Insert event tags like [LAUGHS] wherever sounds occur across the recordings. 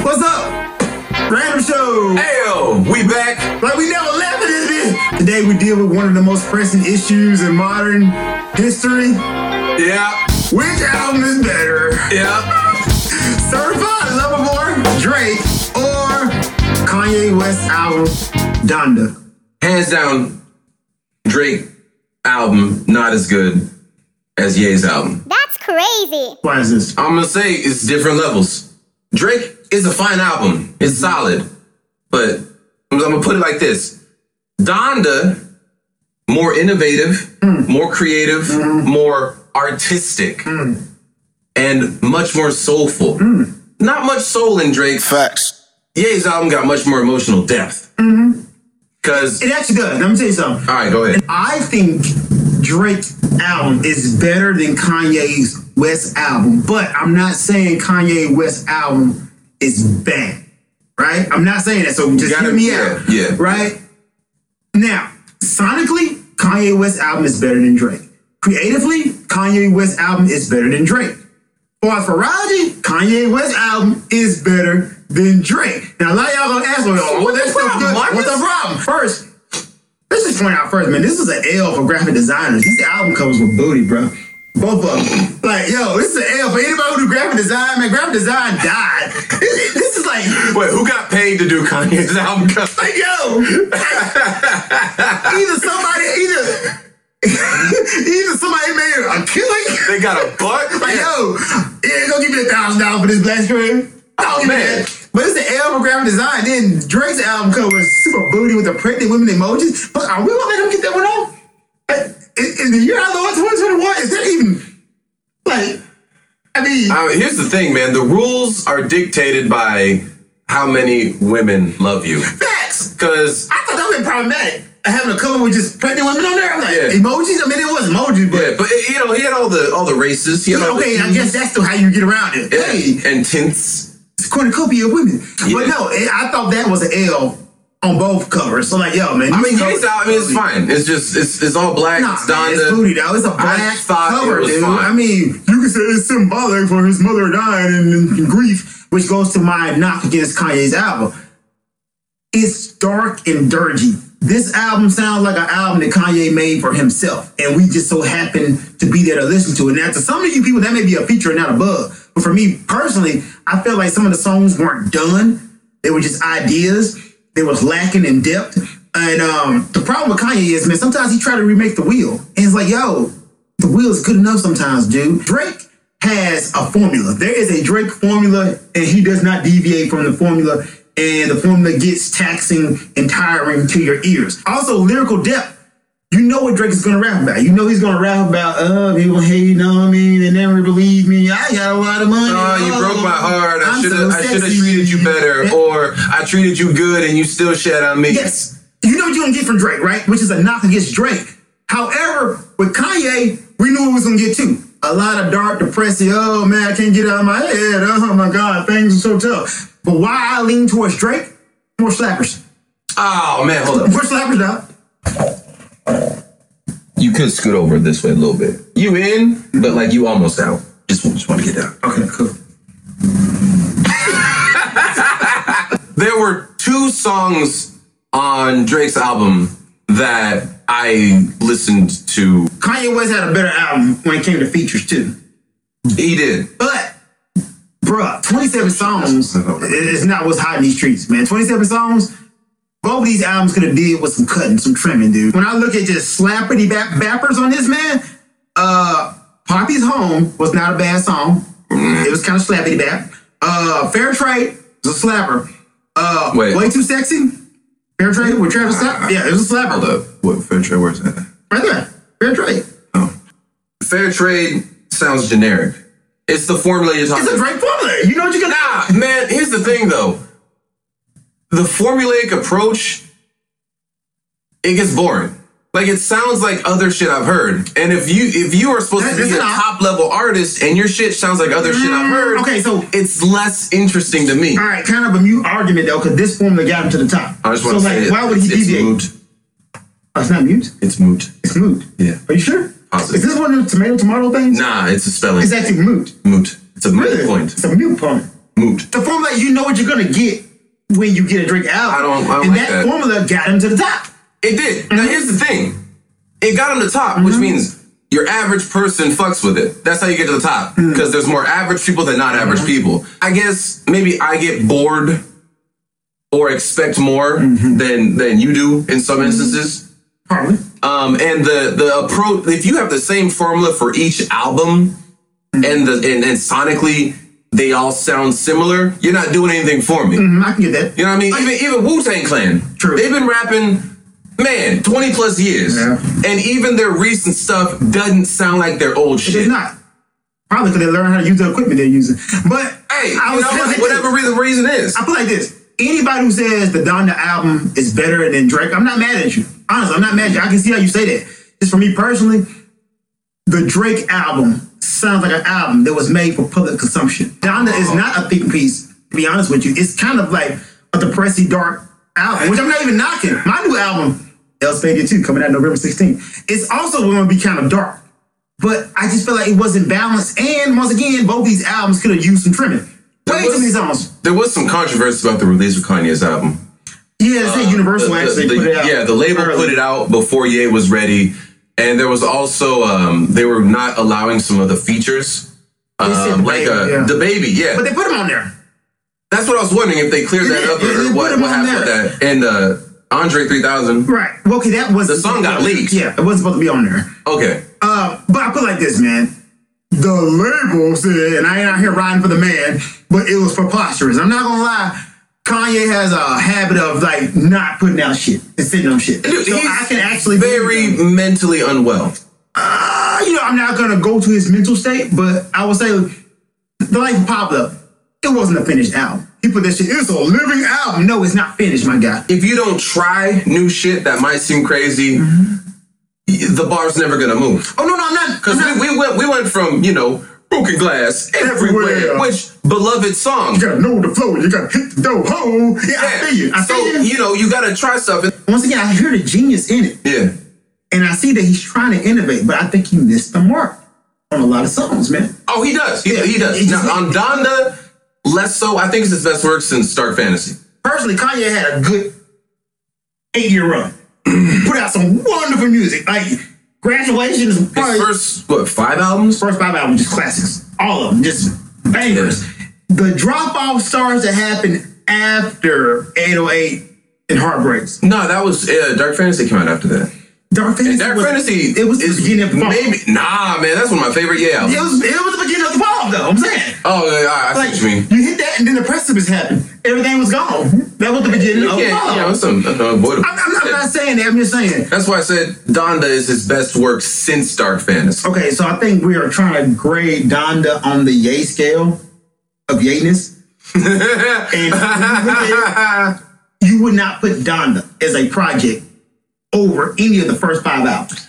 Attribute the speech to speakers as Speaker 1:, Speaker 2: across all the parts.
Speaker 1: What's up? Random show.
Speaker 2: Ayo, we back.
Speaker 1: Like we never left it. this bitch. Today we deal with one of the most pressing issues in modern history.
Speaker 2: Yeah,
Speaker 1: Which album is better?
Speaker 2: yeah.
Speaker 1: Certified Lover Boy, Drake, or Kanye West album, Donda?
Speaker 2: Hands down, Drake album not as good as Ye's album.
Speaker 3: That's crazy.
Speaker 1: Why is this?
Speaker 2: I'm gonna say it's different levels. Drake is a fine album. It's solid, but I'm gonna put it like this: Donda, more innovative, more creative, more artistic, and much more soulful. Not much soul in Drake.
Speaker 4: Facts.
Speaker 2: Ye's album got much more emotional depth.
Speaker 1: Mm-hmm.
Speaker 2: Because,
Speaker 1: It actually does. Let me tell you something.
Speaker 2: all right, go ahead.
Speaker 1: I think Drake's album is better than Kanye's West album, but I'm not saying Kanye West album is bad, right? I'm not saying that. So just
Speaker 2: gotta-
Speaker 1: hear me
Speaker 2: yeah,
Speaker 1: out,
Speaker 2: yeah.
Speaker 1: Right now, sonically, Kanye West album is better than Drake. Creatively, Kanye West album is better than Drake. For Faraji, Kanye West album is better than Drake. Now, a lot of y'all gonna ask, oh, well, what that
Speaker 2: What's the
Speaker 1: stuff
Speaker 2: problem,
Speaker 1: good? What's the problem?
Speaker 2: Marcus?
Speaker 1: First, let's just point out first, man, this is an L for graphic designers. These album covers with booty, bro. Both of them. Like, yo, this is an L for anybody who do graphic design, man. Graphic design died. [LAUGHS] This, this is like, [LAUGHS]
Speaker 2: Wait, who got paid to do Kanye's [LAUGHS] album cover?
Speaker 1: like, yo, [LAUGHS] either somebody, either, [LAUGHS] either somebody made a killing.
Speaker 2: They got a [LAUGHS] butt?
Speaker 1: Like, yo, yeah, go give me a thousand dollars for this black screen.
Speaker 2: Oh,
Speaker 1: Oh,
Speaker 2: man.
Speaker 1: man. But it's the album graphic design. Then Drake's album cover is super booty with the pregnant women emojis. But are we gonna let him get that one off? Uh, In, in the year I lost 2021, is that even like? I mean,
Speaker 2: Uh, here's the thing, man. The rules are dictated by how many women love you.
Speaker 1: facts.
Speaker 2: Because,
Speaker 1: I thought that would be problematic. Having a cover with just pregnant women on there. I'm like,
Speaker 2: Yeah.
Speaker 1: emojis. I mean, it was emojis, but.
Speaker 2: yeah, but you know, he had all the all the races. He had all
Speaker 1: Okay,
Speaker 2: the,
Speaker 1: I guess that's still how you get around it.
Speaker 2: Yeah,
Speaker 1: Hey,
Speaker 2: and tints.
Speaker 1: cornucopia of women.
Speaker 2: Yeah.
Speaker 1: But no, it, I thought that was an L on both covers. So like, yo, man.
Speaker 2: I
Speaker 1: these
Speaker 2: mean,
Speaker 1: covers-
Speaker 2: Ye's album is fine. It's just it's it's all black.
Speaker 1: Nah,
Speaker 2: it's
Speaker 1: man, it's
Speaker 2: Donda.
Speaker 1: booty though. It's a black
Speaker 2: thought it
Speaker 1: cover,
Speaker 2: was
Speaker 1: dude.
Speaker 2: fine.
Speaker 1: I mean, you can say it's symbolic for his mother dying and, and, grief, which goes to my knock against Kanye's album. It's dark and dirty. This album sounds like an album that Kanye made for himself, and we just so happen to be there to listen to it. Now, to some of you people, that may be a feature and not a bug, but for me personally, I felt like some of the songs weren't done. They were just ideas. They was lacking in depth. And um, the problem with Kanye is, man, sometimes he try to remake the wheel, and it's like, yo, the wheel is good enough sometimes, dude. Drake has a formula. There is a Drake formula, and he does not deviate from the formula, and the formula gets taxing and tiring to your ears. Also, lyrical depth. You know what Drake is gonna rap about. You know he's gonna rap about, uh, people hating on me, they never believe me. I got a lot of money.
Speaker 2: Oh, you broke my heart. I
Speaker 1: I'm
Speaker 2: should have
Speaker 1: so
Speaker 2: I should have
Speaker 1: sexy."
Speaker 2: treated you better, or I treated you good and you still shed on me.
Speaker 1: Yes. You know what you're gonna get from Drake, right? Which is a knock against Drake. However, with Kanye, we knew it was gonna get too. A lot of dark, depressing, oh man, I can't get out of my head. Oh my god, things are so tough. But why I lean towards Drake? More slappers.
Speaker 2: Oh man, hold up.
Speaker 1: More slappers now.
Speaker 2: You could scoot over this way a little bit. You in, but like you almost out. Just, just want to get down.
Speaker 1: Okay, cool.
Speaker 2: [LAUGHS] There were two songs on Drake's album that I listened to.
Speaker 1: Kanye West had a better album when it came to features too.
Speaker 2: He did.
Speaker 1: But bruh, 27 songs is not what's hot in these streets, man. 27 songs, both of these albums could have did with some cutting, some trimming, dude. When I look at just slappity bap bappers on this man, uh Poppy's Home was not a bad song. It was kind of slappity bap. Uh Fair Trade was a slapper. Uh
Speaker 2: Wait.
Speaker 1: Way Too Sexy. Fair Trade with Travis Scott. Yeah, it was a slapper.
Speaker 2: Hold up. What fair trade? Where's that?
Speaker 1: Right there. Fair Trade.
Speaker 2: Fair trade sounds generic. It's the formula you're talking.
Speaker 1: It's a Drake formula. You know what you're gonna
Speaker 2: Nah, man. Here's the thing, though. The formulaic approach, it gets boring. Like it sounds like other shit I've heard. And if you if you are supposed
Speaker 1: That-
Speaker 2: to be
Speaker 1: that's
Speaker 2: a
Speaker 1: not- Mm,
Speaker 2: top level artist and your shit sounds like other shit I've heard,
Speaker 1: Okay, so
Speaker 2: it's less interesting to me.
Speaker 1: All right, kind of a mute argument though, because this formula got him to the top.
Speaker 2: I just
Speaker 1: so
Speaker 2: want to
Speaker 1: like,
Speaker 2: say it.
Speaker 1: why would he
Speaker 2: it's
Speaker 1: deviate?
Speaker 2: moot.
Speaker 1: Oh, it's not mute.
Speaker 2: It's moot.
Speaker 1: It's moot.
Speaker 2: Yeah.
Speaker 1: Are you sure?
Speaker 2: Positive.
Speaker 1: Is this one of the tomato tomato things?
Speaker 2: Nah, it's a spelling.
Speaker 1: It's actually moot.
Speaker 2: moot. It's a moot
Speaker 1: Really?
Speaker 2: point.
Speaker 1: It's a mute point.
Speaker 2: moot.
Speaker 1: The formula you know what you're gonna get when you get a Drake album.
Speaker 2: I don't- I don't
Speaker 1: and
Speaker 2: like
Speaker 1: that,
Speaker 2: that.
Speaker 1: formula got him to the top.
Speaker 2: It did. Now here's the thing. It got him to top, which means your average person fucks with it. That's how you get to the top. Because there's more average people than not average people. I guess maybe I get bored or expect more than than you do in some instances.
Speaker 1: Probably.
Speaker 2: Um, and the the approach if you have the same formula for each album and the and, and sonically they all sound similar, you're not doing anything for me.
Speaker 1: Mhm, I can get that.
Speaker 2: Oh, You know what I mean? Even even Wu Tang Clan.
Speaker 1: True.
Speaker 2: They've been rapping, man, twenty plus years,
Speaker 1: Yeah.
Speaker 2: and even their recent stuff doesn't sound like their old
Speaker 1: It is
Speaker 2: shit.
Speaker 1: not. Probably because they learned how to use the equipment they're using. But
Speaker 2: Hey,
Speaker 1: I
Speaker 2: you
Speaker 1: was
Speaker 2: know,
Speaker 1: saying like
Speaker 2: whatever
Speaker 1: this.
Speaker 2: re- the reason is,
Speaker 1: I put it like this. Anybody who says the Donda album is better than Drake, I'm not mad at you. Honestly, I'm not mad at you. I can see how you say that. Just for me personally, the Drake album sounds like an album that was made for public consumption. Donda is not a big piece, to be honest with you. It's kind of like a depressy dark album, which I'm not even knocking. My new album, El Stadia 2, coming out November 16th, it's also going to be kind of dark. But I just feel like it wasn't balanced. And once again, both these albums could have used some trimming. Way too many songs.
Speaker 2: there was some controversy about the release of Kanye's album.
Speaker 1: Yeah, it's that Universal
Speaker 2: Uh, the- the-
Speaker 1: actually
Speaker 2: the-
Speaker 1: put it out.
Speaker 2: Yeah, the label
Speaker 1: early.
Speaker 2: put it out before Ye was ready, and there was also um, they were not allowing some of the features,
Speaker 1: said
Speaker 2: um,
Speaker 1: the
Speaker 2: like
Speaker 1: baby,
Speaker 2: uh,
Speaker 1: yeah.
Speaker 2: the baby. Yeah,
Speaker 1: But they put him on there.
Speaker 2: that's what I was wondering if they cleared that
Speaker 1: did.
Speaker 2: up
Speaker 1: They- they
Speaker 2: or
Speaker 1: put
Speaker 2: what,
Speaker 1: him
Speaker 2: what
Speaker 1: on
Speaker 2: happened
Speaker 1: there.
Speaker 2: with that. And uh, Andre three thousand.
Speaker 1: Right. Well, okay, that was
Speaker 2: The song got leaked.
Speaker 1: Yeah, it wasn't supposed to be on there.
Speaker 2: Okay.
Speaker 1: Uh, but I put it like this, man. The label said, and I ain't out here riding for the man, but it was preposterous. I'm not gonna lie. Kanye has a habit of like not putting out shit and sitting on shit.
Speaker 2: Dude,
Speaker 1: so
Speaker 2: he's
Speaker 1: I can actually
Speaker 2: very mentally unwell.
Speaker 1: uh, you know, I'm not gonna go to his mental state, but I would say the life of Pablo, it wasn't a finished album. He put that shit, it's a living album. No, it's not finished, my guy.
Speaker 2: If you don't try new shit that might seem crazy, y- the bar's never gonna move.
Speaker 1: Mm-hmm. Oh no, no, I'm not.
Speaker 2: Because we, we went we went from you know broken glass everywhere,
Speaker 1: Everywhere.
Speaker 2: which beloved song.
Speaker 1: You gotta know the flow. You gotta hit the dough. Ho! Yeah, I
Speaker 2: Yeah.
Speaker 1: feel you. I
Speaker 2: so
Speaker 1: feel you.
Speaker 2: you know you gotta try stuff. And,
Speaker 1: Once again, I hear the genius in it,
Speaker 2: yeah,
Speaker 1: and I see that he's trying to innovate, but I think he missed the mark on a lot of songs, man.
Speaker 2: Oh, he does. He,
Speaker 1: Yeah,
Speaker 2: he does.
Speaker 1: he
Speaker 2: now,
Speaker 1: just-
Speaker 2: on Donda, less so. I think it's his best work since Stark Fantasy.
Speaker 1: Personally, Kanye had a good eight-year run. [CLEARS THROAT] Put out some wonderful music. Like graduation is
Speaker 2: His
Speaker 1: probably
Speaker 2: first what five albums?
Speaker 1: first five albums, just classics. All of them, just bangers. The drop-off stars that happened after 808 and Heartbreaks.
Speaker 2: No, that was uh, Dark Fantasy came out after that.
Speaker 1: Dark Fantasy.
Speaker 2: Dark
Speaker 1: was-
Speaker 2: Fantasy.
Speaker 1: It was the
Speaker 2: is
Speaker 1: beginning of funk.
Speaker 2: maybe nah, man. That's one of my favorite. Yeah.
Speaker 1: It
Speaker 2: albums.
Speaker 1: was it was the beginning of the fall, though. I'm saying.
Speaker 2: Oh, yeah, I, I see
Speaker 1: Like
Speaker 2: what you mean.
Speaker 1: you hit that, and then the precipice happened. Everything was gone. That was the beginning of the
Speaker 2: Yeah,
Speaker 1: fall.
Speaker 2: yeah, it's some unavoidable.
Speaker 1: Oh, I'm, I'm not, I'm not saying that. I'm just saying.
Speaker 2: That's why I said Donda is his best work since Dark Fantasy.
Speaker 1: Okay, so I think we are trying to grade Donda on the yay scale of
Speaker 2: [LAUGHS]
Speaker 1: yayness. and you would not put Donda as a project over any of the first five albums.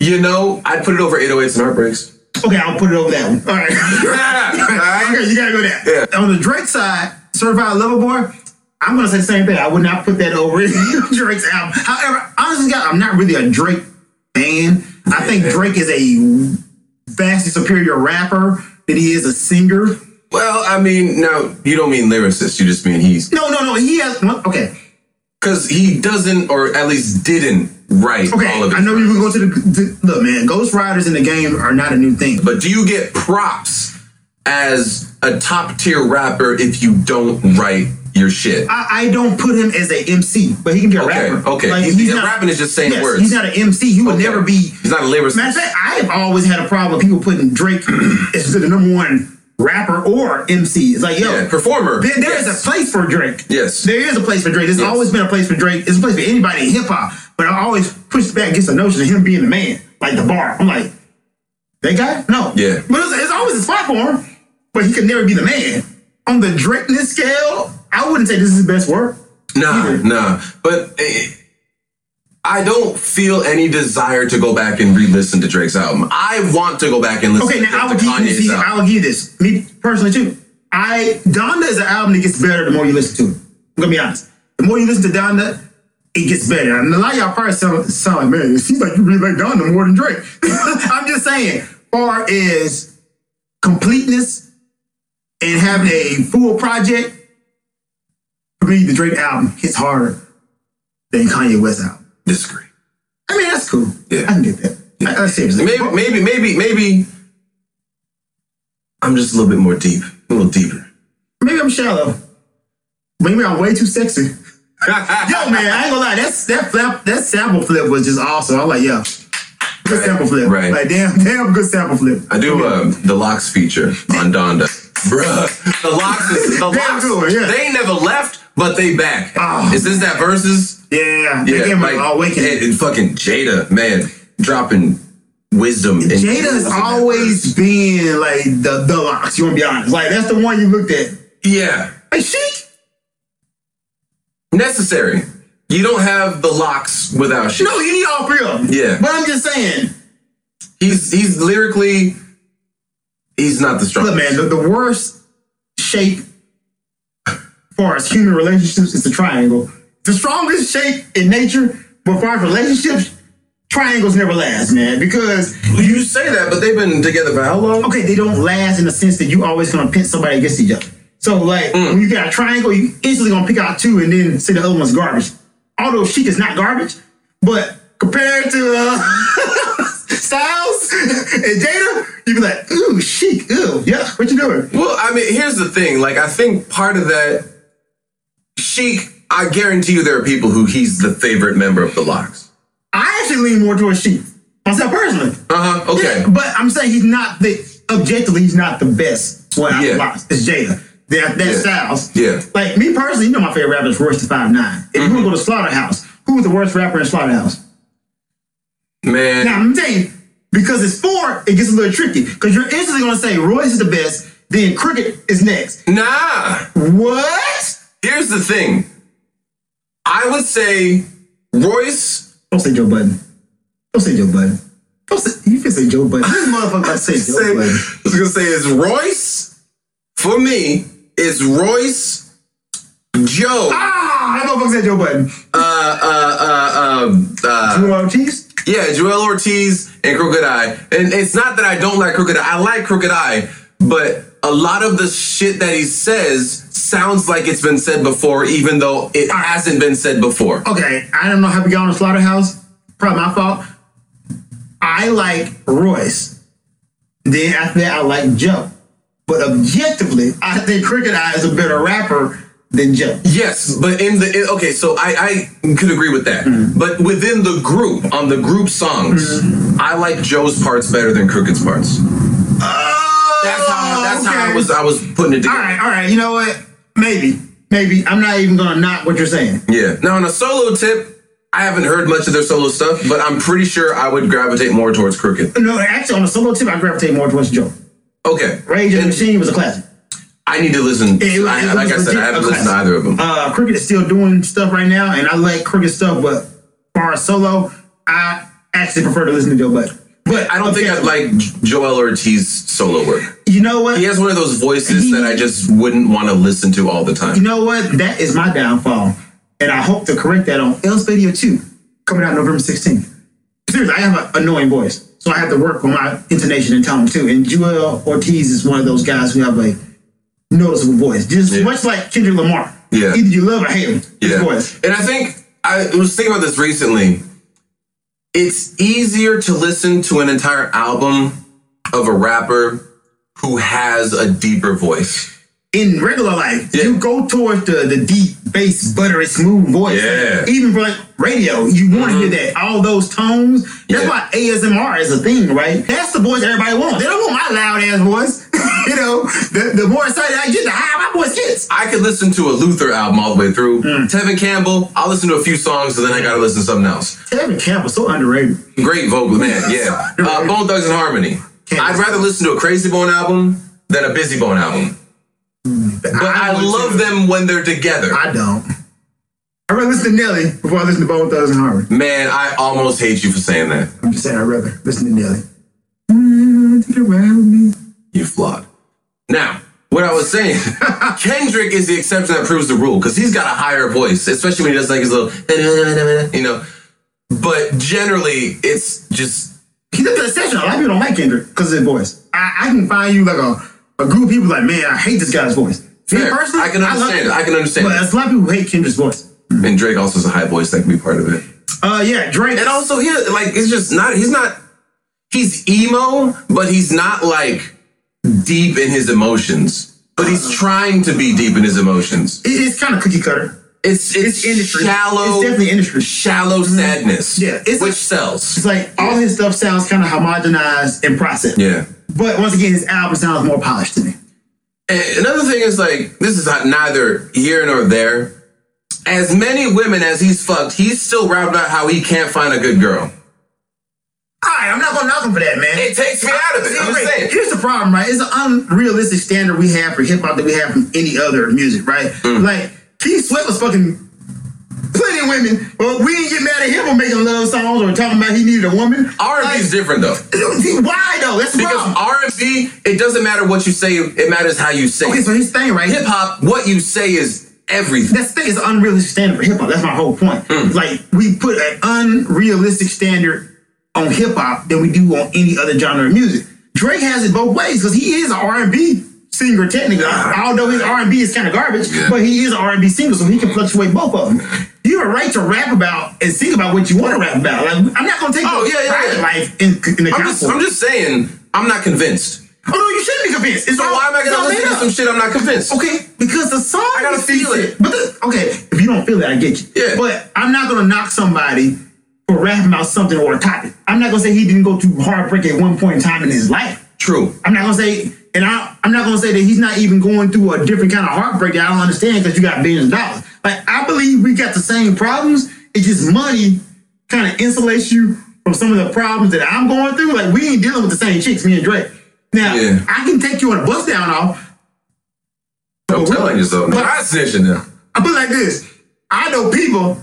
Speaker 2: You know, I'd put it over 808s
Speaker 1: [LAUGHS]
Speaker 2: and Heartbreaks. [LAUGHS]
Speaker 1: Okay, I'll put it over that one. All right. Okay, you gotta go there. On the Drake side, Certified Lover Boy, I'm gonna say the same thing. I would not put that over [LAUGHS] Drake's album. However, honestly, God, I'm not really a Drake fan. I think Drake is a vastly superior rapper than he is a singer.
Speaker 2: Well, I mean, now you don't mean lyricist. You just mean he's
Speaker 1: No, no, no. He has one. Okay,
Speaker 2: Because he doesn't, or at least didn't, write
Speaker 1: okay.
Speaker 2: all of it.
Speaker 1: I know you were going to the, the look, man. Ghost Riders in the game are not a new thing.
Speaker 2: But do you get props as a top tier rapper if you don't write your shit?
Speaker 1: I, I don't put him as a MC, but he can be a
Speaker 2: Okay,
Speaker 1: rapper.
Speaker 2: okay.
Speaker 1: Like,
Speaker 2: He's- he's rapping is just saying
Speaker 1: yes,
Speaker 2: words.
Speaker 1: He's not an MC. He would
Speaker 2: Okay.
Speaker 1: never be.
Speaker 2: He's not a lyricist.
Speaker 1: Matter of fact, I have always had a problem with people putting Drake [CLEARS THROAT] as the number one rapper or MC. It's like, yo,
Speaker 2: yeah, performer.
Speaker 1: there, there is
Speaker 2: Yes.
Speaker 1: a place for Drake.
Speaker 2: Yes.
Speaker 1: There is a place for Drake. There's
Speaker 2: Yes.
Speaker 1: always been a place for Drake. There's a place for anybody in hip hop. But I always push back against the notion of him being the man, like the bar. I'm like, that guy? No.
Speaker 2: Yeah.
Speaker 1: But it's, it's always his platform, but he could never be the man. On the Drakeness scale, I wouldn't say this is his best work.
Speaker 2: Nah, nah. But eh, I don't feel any desire to go back and re-listen to Drake's album. I want to go back and listen
Speaker 1: Okay,
Speaker 2: to,
Speaker 1: now I will
Speaker 2: to
Speaker 1: give you
Speaker 2: Kanye's
Speaker 1: this.
Speaker 2: album.
Speaker 1: I will give you this. Me personally too. I Donda is an album that gets better the more you listen to it. I'm gonna be honest. The more you listen to Donda, it gets better. And a lot of y'all probably sound, sound like, man, it seems like you really like Donda more than Drake. [LAUGHS] I'm just saying, far as completeness and have a full project, for me, the Drake album hits harder than Kanye West album.
Speaker 2: Disagree.
Speaker 1: I mean, that's cool.
Speaker 2: Yeah.
Speaker 1: I can get that. I, I seriously.
Speaker 2: Maybe, maybe, maybe, maybe. I'm just a little bit more deep, a little deeper.
Speaker 1: Maybe I'm shallow. Maybe I'm way too sexy. [LAUGHS] Yo, man, I ain't gonna lie. That's that flap, that sample flip was just awesome. I'm like, yeah, good
Speaker 2: Right,
Speaker 1: sample flip.
Speaker 2: right.
Speaker 1: Like, damn, [LAUGHS] damn, good sample flip.
Speaker 2: I do um, the locks feature on Donda. Bruh, the locks, is, the
Speaker 1: Damn
Speaker 2: locks,
Speaker 1: good, yeah.
Speaker 2: they never left, but they back.
Speaker 1: Oh,
Speaker 2: is this that versus?
Speaker 1: Yeah, yeah. Again, like, awakening.
Speaker 2: and, and fucking Jada, man, dropping wisdom. And
Speaker 1: Jada's always been like the the locks. You wanna be honest? Like that's the one you looked at.
Speaker 2: yeah
Speaker 1: Like she,
Speaker 2: necessary. You don't have the locks without you.
Speaker 1: no, you need all three of them.
Speaker 2: Yeah.
Speaker 1: but I'm just saying.
Speaker 2: He's he's lyrically, he's not the
Speaker 1: Look,
Speaker 2: strongest.
Speaker 1: man, the, the worst shape as far as human relationships is the triangle. The strongest shape in nature, but as far as relationships, triangles never last, man. Because
Speaker 2: You say that, but they've been together for how long?
Speaker 1: okay, they don't last in the sense that you always gonna pin somebody against each other. So like when you got a triangle, you instantly gonna pick out two and then say the other one's garbage. Although Sheik is not garbage, but compared to uh, [LAUGHS] Styles and Jada, you be like, ooh, Sheik, ooh, yeah, what you doing?
Speaker 2: Well, I mean, here's the thing. Like, I think part of that, Sheik, I guarantee you there are people who he's the favorite member of the Locks.
Speaker 1: I actually lean more towards Sheik myself personally.
Speaker 2: Uh huh. Okay.
Speaker 1: Yeah, but I'm saying he's not the objectively he's not the best one out
Speaker 2: Yeah.
Speaker 1: of blocks. It's Jada. That that Styles.
Speaker 2: Yeah. Mm-hmm.
Speaker 1: Like me personally, you know my favorite rapper is Royce the Five Nine. If you want to go to Slaughterhouse, who was the worst rapper in Slaughterhouse?
Speaker 2: Man.
Speaker 1: Now I'm telling you, because it's four, it gets a little tricky. Because you're instantly gonna say Royce is the best, then Crooked is next.
Speaker 2: Nah.
Speaker 1: What?
Speaker 2: Here's the thing. I would say Royce.
Speaker 1: Don't say Joe Budden. Don't say Joe Budden. Don't say you can say Joe
Speaker 2: [LAUGHS]
Speaker 1: Budden. This motherfucker about to say Joe
Speaker 2: Say, I
Speaker 1: Budden.
Speaker 2: was gonna say is Royce. For me, it's Royce, Joe, uh,
Speaker 1: Ah, that motherfucker said Joe Budden.
Speaker 2: uh, uh, uh, uh,
Speaker 1: You want cheese?
Speaker 2: Yeah, Joel Ortiz and Crooked Eye. And it's not that I don't like Crooked Eye. I like Crooked Eye, but a lot of the shit that he says sounds like it's been said before, even though it hasn't been said before.
Speaker 1: okay, I don't know how we got on the slaughterhouse. Probably my fault. I like Royce. Then after that, I like Joe. But objectively, I think Cricket Eye is a better rapper than Joe.
Speaker 2: Yes, but in the in- okay, so I I could agree with that.
Speaker 1: Mm-hmm.
Speaker 2: But within the group, on the group songs,
Speaker 1: Mm-hmm.
Speaker 2: I like Joe's parts better than Crooked's parts. That's how that's how I
Speaker 1: Oh, okay.
Speaker 2: was I was putting it
Speaker 1: All
Speaker 2: together.
Speaker 1: right, all right. You know what? Maybe, maybe I'm not even gonna knock what you're saying.
Speaker 2: Yeah. Now, on a solo tip, I haven't heard much of their solo stuff, but I'm pretty sure I would gravitate more towards Crooked.
Speaker 1: No, actually, on a solo tip, I gravitate more towards Joe.
Speaker 2: Okay.
Speaker 1: Rage and the Machine was a classic.
Speaker 2: I need to listen.
Speaker 1: It-
Speaker 2: I,
Speaker 1: it
Speaker 2: like I
Speaker 1: was
Speaker 2: said,
Speaker 1: legit
Speaker 2: I haven't
Speaker 1: a
Speaker 2: listened to
Speaker 1: classic.
Speaker 2: either of them.
Speaker 1: Uh, Cricket is still doing stuff right now, and I like Cricket stuff. But far as solo, I actually prefer to listen to Joe Budden. But
Speaker 2: I don't think I'd
Speaker 1: objectively-
Speaker 2: like Joel Ortiz's solo work.
Speaker 1: You know what?
Speaker 2: He has one of those voices
Speaker 1: He-
Speaker 2: that I just wouldn't want to listen to all the
Speaker 1: You
Speaker 2: time.
Speaker 1: know what? That is my downfall. And I hope to correct that on Else Video 2, coming out November 16th. Seriously, I have an annoying voice. So I have to work on my intonation and tone too. And Joel Ortiz is one of those guys who have a noticeable voice. Just
Speaker 2: Yeah.
Speaker 1: much like Kendrick Lamar.
Speaker 2: Yeah.
Speaker 1: Either you love or hate him. His
Speaker 2: Yeah.
Speaker 1: voice.
Speaker 2: And I think I was thinking about this recently. It's easier to listen to an entire album of a rapper who has a deeper voice.
Speaker 1: in regular life,
Speaker 2: Yeah.
Speaker 1: you go towards the, the deep bass, buttery, smooth voice.
Speaker 2: Yeah. Mm-hmm.
Speaker 1: Even for like radio, you want to hear that. All those tones. That's
Speaker 2: Yeah.
Speaker 1: why ASMR is a thing, right? That's the voice everybody wants. They don't want my loud ass voice. [LAUGHS] you know, the, the more excited I get, the higher my voice gets.
Speaker 2: I could listen to a Luther album all the way through.
Speaker 1: Hmm.
Speaker 2: Tevin Campbell, I'll listen to a few songs and then I gotta listen to something else.
Speaker 1: Kevin Campbell's so underrated.
Speaker 2: Great vocal,
Speaker 1: [LAUGHS]
Speaker 2: man, yeah. Uh, Bone Thugs and Harmony. I'd rather listen to a Crazy Bone album than a Busy Bone album. But I,
Speaker 1: would
Speaker 2: love
Speaker 1: too.
Speaker 2: them when they're together.
Speaker 1: I don't. I'd rather listen to Nelly before I listen to Bone Thugs and Harmony.
Speaker 2: man, I almost hate you for saying that.
Speaker 1: I'm just saying, I'd rather listen to Nelly. Mm, Think around me.
Speaker 2: You flawed. Now, what I was saying, [LAUGHS] Kendrick is the exception that proves the rule because he's got a higher voice, especially when he does like his little, [LAUGHS] you know. But generally, it's just
Speaker 1: He did the session. A lot of people don't like Kendrick because of his voice. I, I can find you like a, a group of people like, man, I hate this guy's voice. Me
Speaker 2: Fair.
Speaker 1: personally,
Speaker 2: I can
Speaker 1: love
Speaker 2: understand
Speaker 1: it.
Speaker 2: it. I can understand
Speaker 1: But
Speaker 2: it.
Speaker 1: a lot of people hate Kendra's voice.
Speaker 2: And Drake also has a high voice that can be part of it.
Speaker 1: Uh, yeah, Drake.
Speaker 2: And also, he like it's just not. He's not. He's emo, but he's not like deep in his emotions. But he's trying to be deep in his emotions.
Speaker 1: It- it's kind of cookie cutter.
Speaker 2: It's it's,
Speaker 1: It's industry.
Speaker 2: shallow.
Speaker 1: It's definitely industry. Mm-hmm.
Speaker 2: shallow sadness.
Speaker 1: Yeah, it's-
Speaker 2: which sells.
Speaker 1: It's like all his stuff sounds kind of homogenized and processed.
Speaker 2: Yeah.
Speaker 1: But once again, his album sounds more polished to me.
Speaker 2: And another thing is like this is not neither here nor there. As many women as he's fucked, he's still rapping about how he can't find a good girl.
Speaker 1: All right, I'm not gonna knock him for that, man.
Speaker 2: It takes me out of it. I'm just
Speaker 1: Wait,
Speaker 2: saying.
Speaker 1: Here's the problem, right? It's an unrealistic standard we have for hip hop that we have from any other music, right?
Speaker 2: Mm.
Speaker 1: Like Keith Sweat was fucking plenty of women, but we didn't get mad at him for making love songs or talking about he needed a woman.
Speaker 2: R and B is different though.
Speaker 1: Like, [LAUGHS] why though? That's the
Speaker 2: Because
Speaker 1: problem.
Speaker 2: R and B, it doesn't matter what you say; it matters how you say.
Speaker 1: okay,
Speaker 2: it.
Speaker 1: so his thing, right?
Speaker 2: Hip hop, what you say is everything.
Speaker 1: That's the thing is an unrealistic standard for hip hop. That's my whole point.
Speaker 2: Hmm.
Speaker 1: Like we put an unrealistic standard on hip hop than we do on any other genre of music. Drake has it both ways because he is an R and B singer technically, although his R and B is kind of garbage,
Speaker 2: Yeah.
Speaker 1: but he is an R and B singer, so he can fluctuate both of them. You have a right to rap about and sing about what you want to rap about. Like I'm not gonna take
Speaker 2: Oh,
Speaker 1: your
Speaker 2: yeah, yeah,
Speaker 1: private
Speaker 2: yeah.
Speaker 1: life in, in the
Speaker 2: I'm just,
Speaker 1: gospel.
Speaker 2: I'm just saying, I'm not convinced.
Speaker 1: oh no, you shouldn't be convinced. It's
Speaker 2: So
Speaker 1: all,
Speaker 2: why am I
Speaker 1: it's all
Speaker 2: gonna listen
Speaker 1: made
Speaker 2: to
Speaker 1: up.
Speaker 2: some shit I'm not convinced?
Speaker 1: Okay, because the song. I
Speaker 2: gotta feel it.
Speaker 1: But the, okay, if you don't feel it, I get you.
Speaker 2: Yeah.
Speaker 1: But I'm not gonna knock somebody for rapping about something or a topic. I'm not gonna say he didn't go through heartbreak at one point in time in his life.
Speaker 2: True.
Speaker 1: I'm not gonna say, and I, I'm not gonna say that he's not even going through a different kind of heartbreak that I don't understand because you got billions of dollars. Like I believe we got the same problems. It's just money kind of insulates you from some of the problems that I'm going through. Like we ain't dealing with the same chicks, me and Drake. Now
Speaker 2: Yeah.
Speaker 1: I can take you on a bus down off.
Speaker 2: I'm telling you so.
Speaker 1: But-
Speaker 2: I snitching now.
Speaker 1: I put it like this. I know people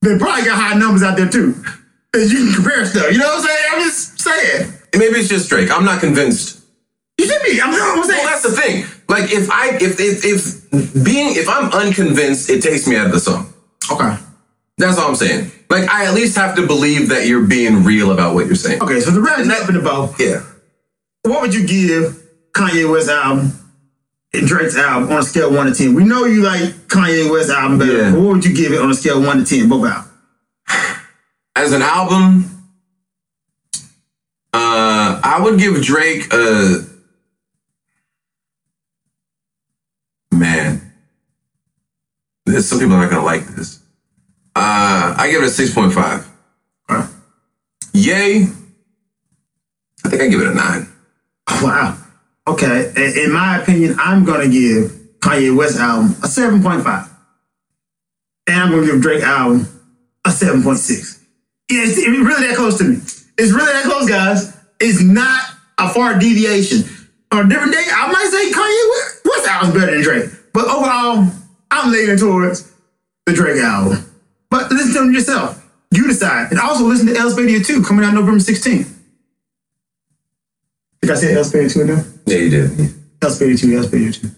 Speaker 1: that probably got high numbers out there too. That you can compare stuff. You know what I'm saying? I'm just saying.
Speaker 2: Maybe it's just Drake. I'm not convinced.
Speaker 1: You should be. I'm, I'm saying.
Speaker 2: Well, that's the thing. Like if I if if, if being if I'm unconvinced, it takes me out of the song.
Speaker 1: okay.
Speaker 2: That's all I'm saying. Like I at least have to believe that you're being real about what you're saying.
Speaker 1: Okay, so the rap is up in the bow.
Speaker 2: Yeah.
Speaker 1: What would you give Kanye West album and Drake's album on a scale of one to ten? We know you like Kanye West album better.
Speaker 2: Yeah.
Speaker 1: but What would you give it on a scale of one to ten? Both out.
Speaker 2: As an album, uh, I would give Drake a man. This, some people are not gonna like this. Uh, I give it a six point five.
Speaker 1: Huh?
Speaker 2: Yay! I think I give it a nine.
Speaker 1: Wow. Okay. In, in my opinion, I'm gonna give Kanye West album a seven point five, and I'm gonna give Drake album a seven point six. Yeah, it's, it's really that close to me. It's really that close, guys. It's not a far deviation. On a different day, I might say Kanye West- West album's better than Drake, but overall, I'm leaning towards the Drake album. But listen to them yourself. You decide. And also listen to El Spadia 2 coming out November 16th. Did I say El Spadia 2 in there?
Speaker 2: Yeah, you did.
Speaker 1: That's Baby 2, that's Baby 2.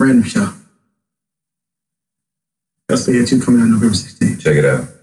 Speaker 1: Random show. That's Baby 2 coming out November 16th.
Speaker 2: Check it out.